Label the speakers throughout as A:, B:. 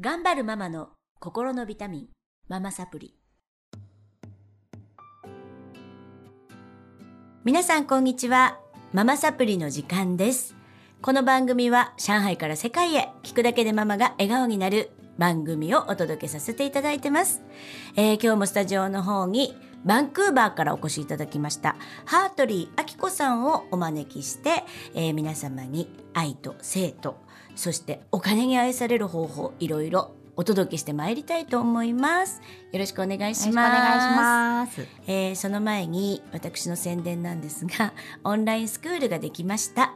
A: 頑張るママの心のビタミン、ママサプリ。皆さんこんにちは。ママサプリの時間です。この番組は上海から世界へ聞くだけでママが笑顔になる番組をお届けさせていただいてます。えー今日もスタジオの方にバンクーバーからお越しいただきましたハートリーあきこさんをお招きして、えー皆様に愛と生とそしてお金に愛される方法いろいろお届けしてまいりたいと思います。よろしくお願いします。
B: す。
A: えーその前に私の宣伝なんですが オンラインスクールができました、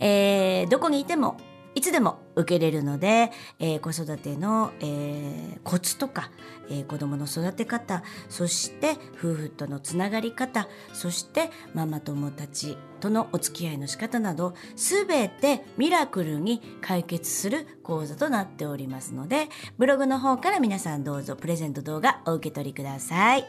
A: えーどこにいてもいつでも受けれるので、えー子育ての、えーコツとか、えー子どもの育て方そして夫婦とのつながり方そしてママ友たちとのお付き合いの仕方などすべてミラクルに解決する講座となっておりますのでブログの方から皆さんどうぞプレゼント動画お受け取りください。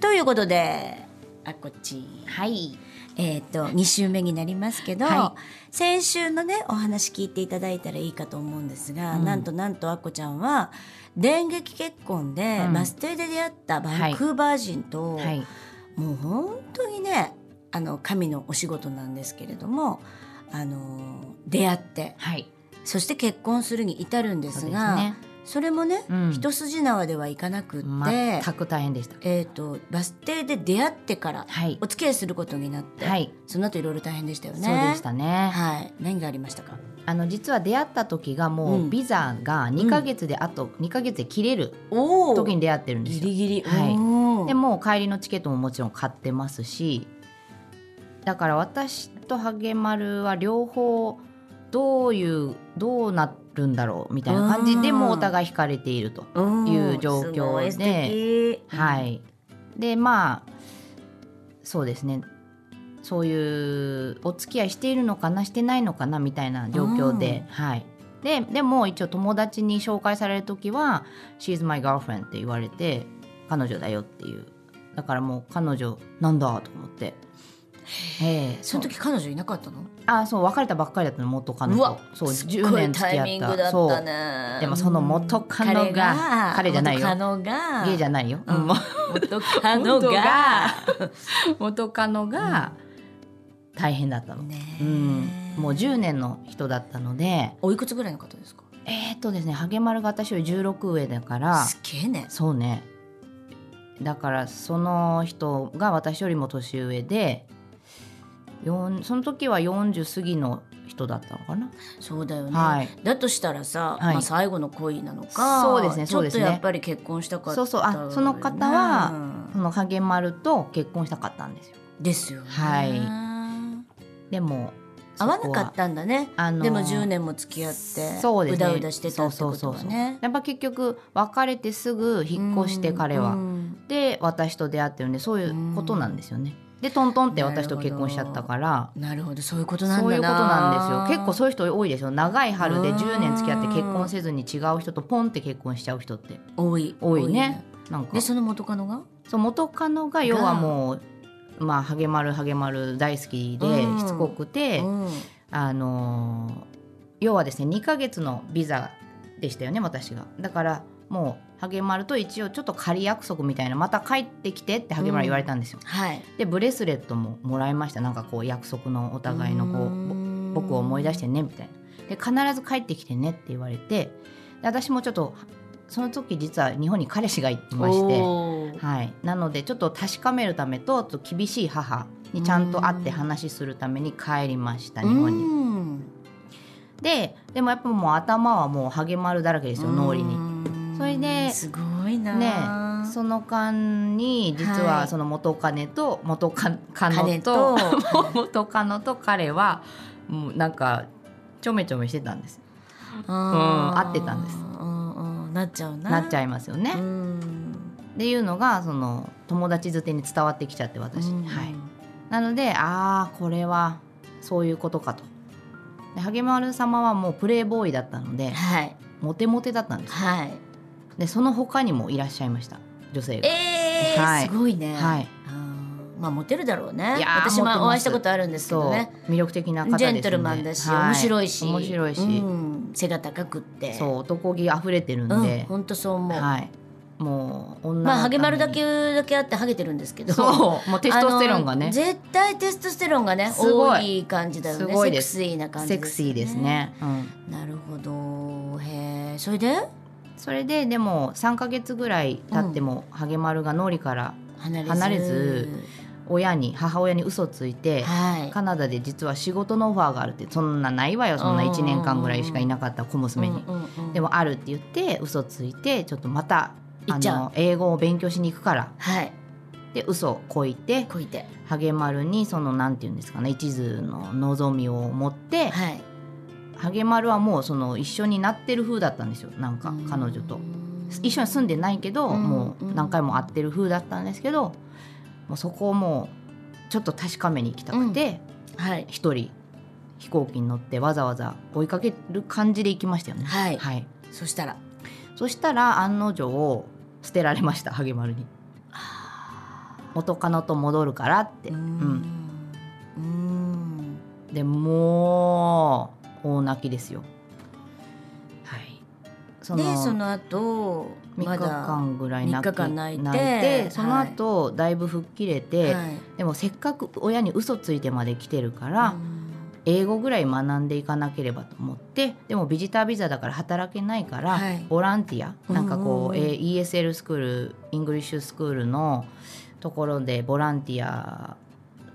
A: ということであこっち
B: はい。
A: えっ、と2週目になりますけど、
B: は
A: 先週のねお話聞いていただいたらいいかと思うんですが、
B: うん
A: なんとなんとあこちゃんは電撃結婚で、
B: うん
A: バス停で出会ったバンクーバー人と、
B: はい。
A: もう本当にねあの神のお仕事なんですけれどもあの出会って
B: はい。
A: そして結婚するに至るんで
B: そ
A: す
B: うです
A: がそ
B: ね。
A: れもね、
B: うん
A: 一筋縄ではいかなくって、
B: 全く大変でした。
A: えー、とバス停で出会ってから
B: はい
A: お。付き合いすることになって、
B: はい。
A: その後いろいろ大変でしたよね。
B: そうでしたね。
A: はい、何がありましたか。
B: あの実は出会った時がも
A: うん
B: うビザが2ヶ月であと2ヶ月で切れる
A: お
B: 時に出会ってるんです
A: ギ
B: よ。
A: リギリ。
B: はい
A: おー
B: でもう帰りのチケットももちろん買ってますし、だから私とハゲマルは両方どういうどうなるんだろうみたいな感じで
A: うん
B: もうお互い惹かれていると。
A: うん
B: いう状況です
A: ごい素敵
B: は。い、でまあそうですねそういうお付き合いしているのかなしてないのかなみたいな状況で、はい、ででも一応友達に紹介される時は「She's my girlfriend」って言われて彼女だよっていうだからもう彼女なんだと思って。ええ
A: その時彼女いなかったの。
B: あそう別れたばっかりだったの元カノ
A: うわ
B: とそう10年付き合
A: すごいタイミン
B: っ
A: グ
B: た
A: だ
B: そ
A: った
B: う
A: ね。
B: でもその元カノが
A: うん彼
B: 彼じゃないよ
A: 元カノが。
B: ゲイじゃないよ、
A: うん
B: うんもう
A: 元カノ
B: 元
A: が。
B: 元カノが大変だったの、
A: ね
B: う
A: え
B: ん、もう10年の人だったので
A: おいくつぐらいの方ですか。
B: えーっとですねハゲマルが私より16上だから
A: すげえね。
B: そうねだからその人が私よりも年上でよんその時は40過ぎの人だったのかな、
A: そうだよね。
B: はい
A: だとしたらさ、
B: はい
A: まあ、最後の恋なのか
B: そうですねそうです
A: ち
B: ね
A: ょっとやっぱり結婚したかった
B: そうそうあ
A: よね
B: その方はそのハゲマルと結婚したかったんですよ
A: ですよね、
B: はい
A: 合
B: でも
A: わなかったたんだね、
B: あの
A: でも10年も付き合って
B: そうですね
A: だうだしてたってことは
B: そうそうそう
A: ね
B: やっぱ結局別れてすぐ引っ越して彼
A: う
B: は
A: ん
B: で私と出会ってるんでそういうことなんですよねでトントンって私と結婚しちゃったから
A: なるほどそういうことなんだな
B: そういうことなんですよ結構そういう人多いですよ長い春で
A: うん
B: 10年付き合って結婚せずに違う人とポンって結婚しちゃう人って
A: 多い
B: 多いねなんか
A: でその元カノが
B: そう元カノが要はもうまあハゲマルハゲマル大好きで
A: うん
B: しつこくて
A: うん
B: あのー要はですね2ヶ月のビザでしたよね私がだからもうハゲマルと一応ちょっと仮約束みたいなまた帰ってきてってハゲマル言われたんですよ、
A: はい
B: でブレスレットももらいましたなんかこう約束のお互いのこうぼ
A: う
B: 僕を思い出してねみたいなで必ず帰ってきてねって言われてで私もちょっとその時実は日本に彼氏がいまして、
A: て
B: はい、なのでちょっと確かめるためとあと厳しい母にちゃんと会って話するために帰りました日本に。ででもやっぱもう頭はもうハゲ丸だらけですよ脳裏に。
A: に
B: それです
A: ごいな
B: ね
A: あ、
B: その間に実
A: は
B: はいその元カネと元カカ
A: 金
B: ノ
A: と
B: と 元カノと彼はもうなんかちょめちょめしてたんです
A: あー
B: うん合ってたんです
A: うんうんなっちゃうな
B: なっち
A: ゃ
B: ゃいますよね、
A: う
B: っ
A: ん
B: ていうのがその友達づてに伝わってきちゃって私、
A: うん
B: はい、なのでああこれはそういうことかとでハゲマル様はもうプレイボーイだったので
A: はい
B: モテモテだったんです
A: はい
B: でその他にもいらっしゃいました女性が
A: えー
B: はい
A: すごいね
B: はい
A: あーまあモテるだろうね
B: いやー
A: 私も
B: モテます
A: お会いしたことあるんですけどね
B: そう魅力的な方です
A: ジ
B: ね
A: ェントルマンだし、
B: は
A: 面白いし
B: 面白いし、
A: うん背が高くって
B: そう男気溢れてるん
A: うん
B: で、
A: 本当そう思う、
B: はいもう女のために
A: まあハゲ丸だけだけあってハゲてるんですけど
B: そうもうテストステロンが
A: あの
B: ね
A: 絶対テストステロンがね
B: すご
A: 多
B: い
A: い感じだよ
B: す
A: ね
B: ごい
A: セ
B: で
A: ク
B: す
A: シーな感じ
B: セクシーですね、うん、
A: なるほどへえそれで
B: それででも3ヶ月ぐらい経っても、ハゲマルが脳裏から
A: 離れず
B: 離れず親に母親に嘘ついて、
A: はい
B: カナダで実は仕事のオファーがあるってそんなないわよそんな1年間ぐらいしかいなかった小娘に、
A: うんうんうん
B: でもあるって言って嘘ついてちょっとまた
A: 行っ
B: あ
A: ちゃう
B: の英語を勉強しに行くから
A: はい
B: で嘘をこいて
A: こいて
B: ハゲマルにそのなんて言うんですかね一途の望みを持って、
A: はい
B: ハゲマルはもうその一緒になってる風だったんですよなんか彼女と。一緒に住ん
A: で
B: でないけど、
A: うん
B: もう何回も会ってる風だったんですけど、もうそこをもうちょっと確かめに行きたくて
A: はい
B: 一、人飛行機に乗ってわざわざ追いかける感じで行きましたよね。
A: はいそしたら
B: そしたら案の定捨てられましたハゲマルに元カノと戻るからって。
A: うー
B: うん
A: んうーん
B: でもう大泣きですよ。はい。そ
A: でその後
B: 3
A: ま
B: 日
A: だ
B: 間ぐらい泣
A: 3
B: き
A: 日間泣いて
B: その後、だいぶ吹っ切れて、
A: はい
B: でもせっかく親に嘘ついてまで来てるから、
A: うん
B: 英語ぐらい学んでいかなければと思ってでもビジタービザだから働けないから、
A: はい
B: ボランティアなんかこ
A: うん
B: う、
A: うんうん
B: えー ESL スクールイングリッシュスクールのところでボランティア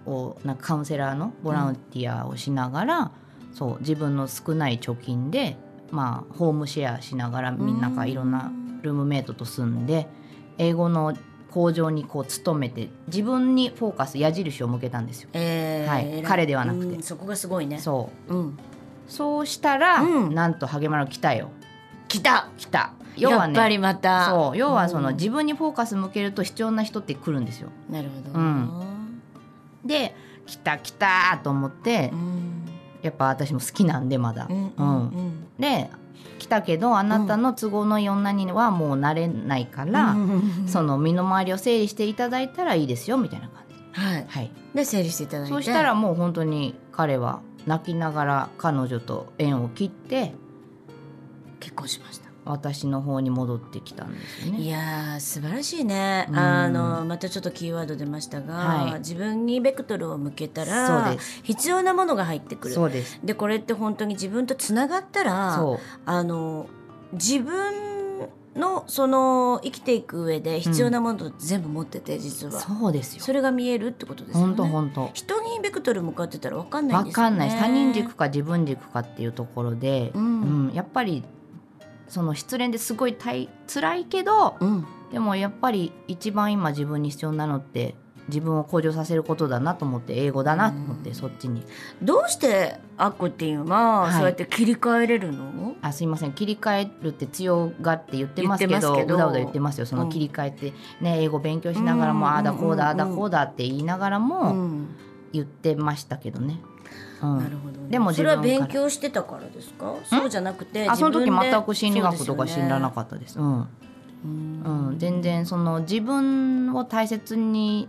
B: をなんかカウンセラーのボランティアをしながら、そう自分の少ない貯金で、まあ、ホームシェアしながらみんながいろんなルームメイトと住んで英語の工場にこう勤めて自分にフォーカス矢印を向けたんですよ。
A: えー
B: はい
A: 偉
B: 彼ではなくて
A: うんそこがすごいね
B: そう
A: うん
B: そうしたら、
A: うん
B: なんとハゲマル来たよ
A: 来た
B: 来た要
A: や
B: は
A: っぱ
B: ね
A: りまた
B: そう要はその、
A: うん
B: 自分にフォーカス向けると必要な人って来るんですよ
A: なるほど
B: う
A: うん
B: で来た来たと思って、
A: うん
B: やっぱ私も好きなんでまだ、
A: うんう
B: うん
A: ん
B: で来たけどあなたの都合のいい女にはもうなれないから、
A: うん
B: その身の回りを整理していただいたらいいですよみたいな感じ、
A: はい
B: はい、
A: で整理していただいて
B: そうしたらもう本当に彼は泣きながら彼女と縁を切って
A: 結婚しました
B: 私の方に戻ってきたんですよね
A: い。やー素晴らしいね、
B: うん
A: あのまたちょっとキーワード出ましたが、
B: はい
A: 自分にベクトルを向けた
B: そう
A: ら
B: です
A: 必要なものが入ってくる
B: そうです。
A: でこれって本当に自分とつながったら
B: そう。
A: あの自分のその生きていく上で必要なものを全部持ってて、実はそ
B: そうですよ。
A: れが見えるってことですよ
B: 本当
A: ね。
B: 本当。
A: 人にベクトル向かってたら分かんないん
B: わ
A: です
B: か
A: よ
B: ん
A: ね。
B: ないです。他人軸か自分軸かっていうところで、
A: うん
B: うんやっぱりその失恋ですごいたい辛いけど、
A: うん
B: でもやっぱり一番今自分に必要なのって自分を向上させることだなと思って英語だなと思って、
A: うん
B: そっちに。
A: どうしてアッコっていうのは、
B: はい
A: そうやって切り替えれるの
B: あすいません切り替えるって強がって言ってますけど
A: 言ってますけど
B: うだうだ言ってますよその切り替えって、ね英語勉強しながらも、
A: うん
B: ああだこうだああ
A: うん
B: だこうだって言いながらも、
A: うん
B: 言ってましたけどね。うん
A: なるほど、ね。
B: でも
A: そ
B: 自
A: れ
B: 分
A: は
B: から
A: 勉強してたからですか？そうじゃなくて、
B: あその時
A: 自分で
B: 全く心理学とか知らな
A: っ
B: かったです。うん、
A: た。
B: うん、全然その自分を大切に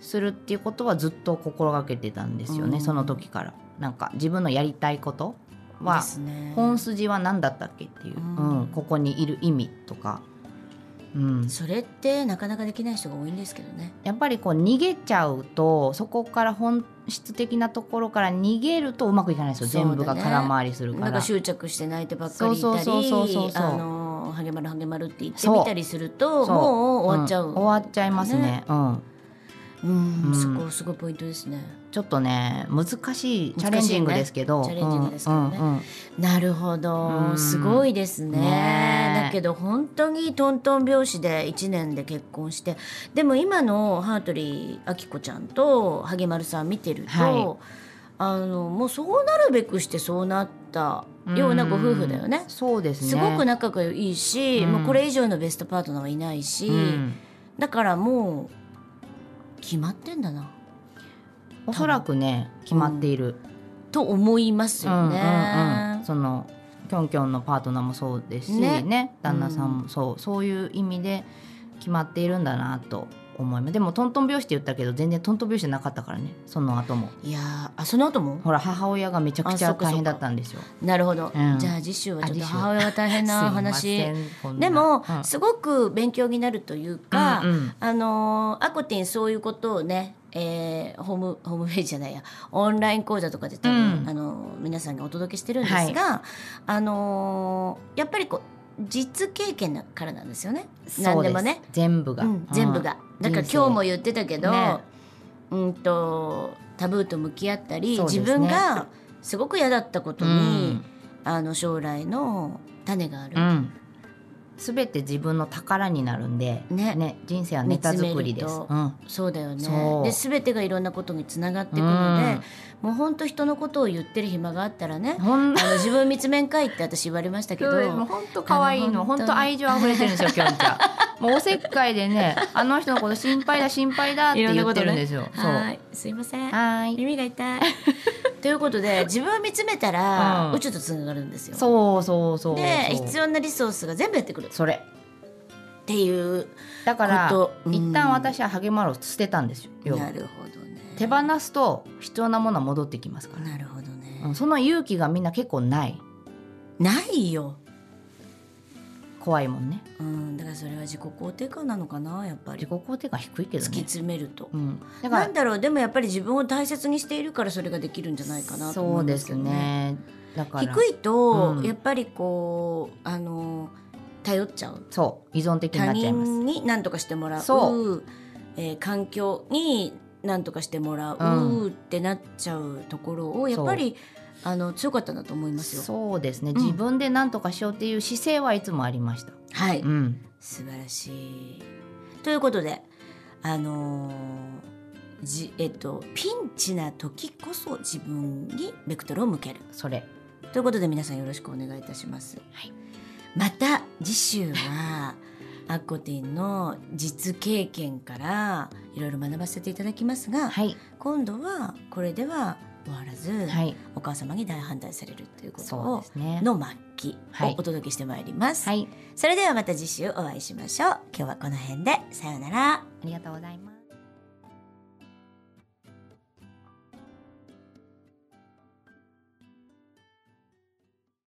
B: するっていうことはずっと心がけてたんですよね。
A: うん
B: その時からなんか自分のやりたいこと
A: で
B: は
A: すね。
B: 本筋は何だったっけっていう、
A: う
B: うんん、ここにいる意味とか、うん、
A: それってなかなかできない人が多いんですけどね。
B: やっぱりこう逃げちゃうとそこから本質的なところから逃げるとうまくいかないですよ。
A: そうだね
B: 全部が空回りするか。
A: なんから執着して泣いてばっかりいたり、
B: そうそうそうそうそう
A: あのハゲマルハゲマルって言ってみたりすると、
B: そう
A: もう終わっちゃう。
B: ん終わっちゃいますね。うん。
A: うん、
B: うん
A: そこすごいポイントですね。
B: ちょっとね難しい
A: 難しいね
B: チャレンジングですけど、
A: チャレンジングですからね
B: うんうんうん
A: なるほ
B: う
A: ど、
B: ん
A: すごいですね。
B: ねえ
A: だけど本当にトントン拍子で1年で結婚して、でも今のハートリー明子ちゃんとハゲマルさん見てると、
B: はい
A: あのもうそうなるべくしてそうなったようなご夫婦だよね。
B: そうですね。
A: すごく仲がいいし、
B: うん
A: もうこれ以上のベストパートナーはいないし、
B: うん
A: だからもう決まってんだな
B: おそらくね決まっている。
A: と思いますよ
B: うんうんう
A: ね
B: ん。そのキョンキョンのパートナーもそうですしね
A: ね
B: 旦那さんもそう、そういう意味で決まっているんだなと思いますでもトントン拍子って言ったけど全然トントン拍子じゃなかったからねその後も
A: いやーあその後も
B: ほら母親がめちゃくち
A: あそ
B: ゃ
A: っかそっか
B: 大変だったんですよ
A: なるほど、
B: うん
A: じゃあ次週はちょっ
B: あ
A: と
B: 次週
A: 母親が大変な話
B: すいませんこんな
A: でも、
B: うん
A: すごく勉強になるというか、
B: うんうん
A: あのーアコティンそういうことをね、えーホームホームページじゃないやオンライン講座とかで多分、
B: うん
A: あのー皆さんにお届けしてるんですが、あのーやっぱりこう実経験だからなんですよね何でも
B: そう
A: ね
B: す、全部が、
A: うん、全部が、
B: うん
A: だから
B: 人生
A: 今日も言ってたけど、
B: ね
A: うんとタブーと向き合ったり、
B: そうです
A: 自
B: ね
A: 分がすごく嫌だったこと
B: う
A: に、
B: ん
A: あの将来の種がある、
B: うん全て自分の宝になるんで、
A: ね
B: 人生はネタ作りです、
A: 見つめると
B: うん
A: そうだよ
B: そ
A: ね
B: う
A: で全てがいろんなことにつながっていく
B: う
A: ので
B: ん、
A: もうほんと人のことを言ってる暇があったらね
B: ほん
A: あの自分見つめんかいって私言われましたけど
B: そうですもう本当可愛い
A: あの
B: の
A: 本当
B: 本
A: に
B: 当愛情溢れてるんですよきょんちゃ んもうおせっかいでねあの人のこと心配だ心配だって
A: いろんな
B: 言
A: こ
B: っ
A: と
B: て
A: ね
B: るんですよ、そう
A: はーいすいません
B: はーい
A: 耳が痛いということで自分を見つめたら、
B: うん
A: 宇宙とつながるんですよ
B: そうそうそう
A: で
B: そう
A: 必要なリソースが全部やってくるっ
B: それ
A: ていう
B: だから
A: ことうん
B: 一旦私はハゲマロを捨てたんですよ要は
A: なるほどね
B: 手放すと必要なものは戻ってきますから、
A: なるほど
B: う
A: ね
B: ん、その勇気がみんな結構ない
A: ないよ
B: 怖いもんね
A: うんだからそれは自己肯定感なのかなやっぱり
B: 自己肯定感低いけど
A: 突き
B: ね、
A: 詰めると
B: うん、だか
A: な
B: ら
A: んだろうでもやっぱり自分を大切にしているからそれができるんじゃないかなと
B: そ
A: 思う
B: うんで
A: ですけ
B: す
A: どね。
B: ねだから
A: 低いと、
B: うん
A: やっぱりこうあの頼っちゃう
B: そう依存的にな
A: 他
B: っちゃいます
A: 人に何とかしてもらう
B: そ
A: えー環境に何とかしてもらう、
B: う
A: ってなっちゃうところをやっぱりあの強かったんだと思いますよ。
B: そうですね、
A: ん
B: 自分で何とかしようっていう姿勢はいつもありました。
A: はい、
B: うん、
A: 素晴らしい。ということであのーじえっと、ピンチな時こそ自分にベクトルを向ける。
B: それ。
A: ということで皆さんよろしくお願いいたします。
B: はい
A: また次週はアッコティンの実経験からいろいろ学ばせていただきますが、
B: はい、
A: 今度はこれでは終わらず、
B: はい、
A: お母様に大反対されるということ
B: そう
A: を
B: ですね。
A: の末期を
B: はい
A: お届けしてまいります、
B: はい、
A: それではまた次週お会いしましょう今日はこの辺でさようなら
B: ありがとうございます。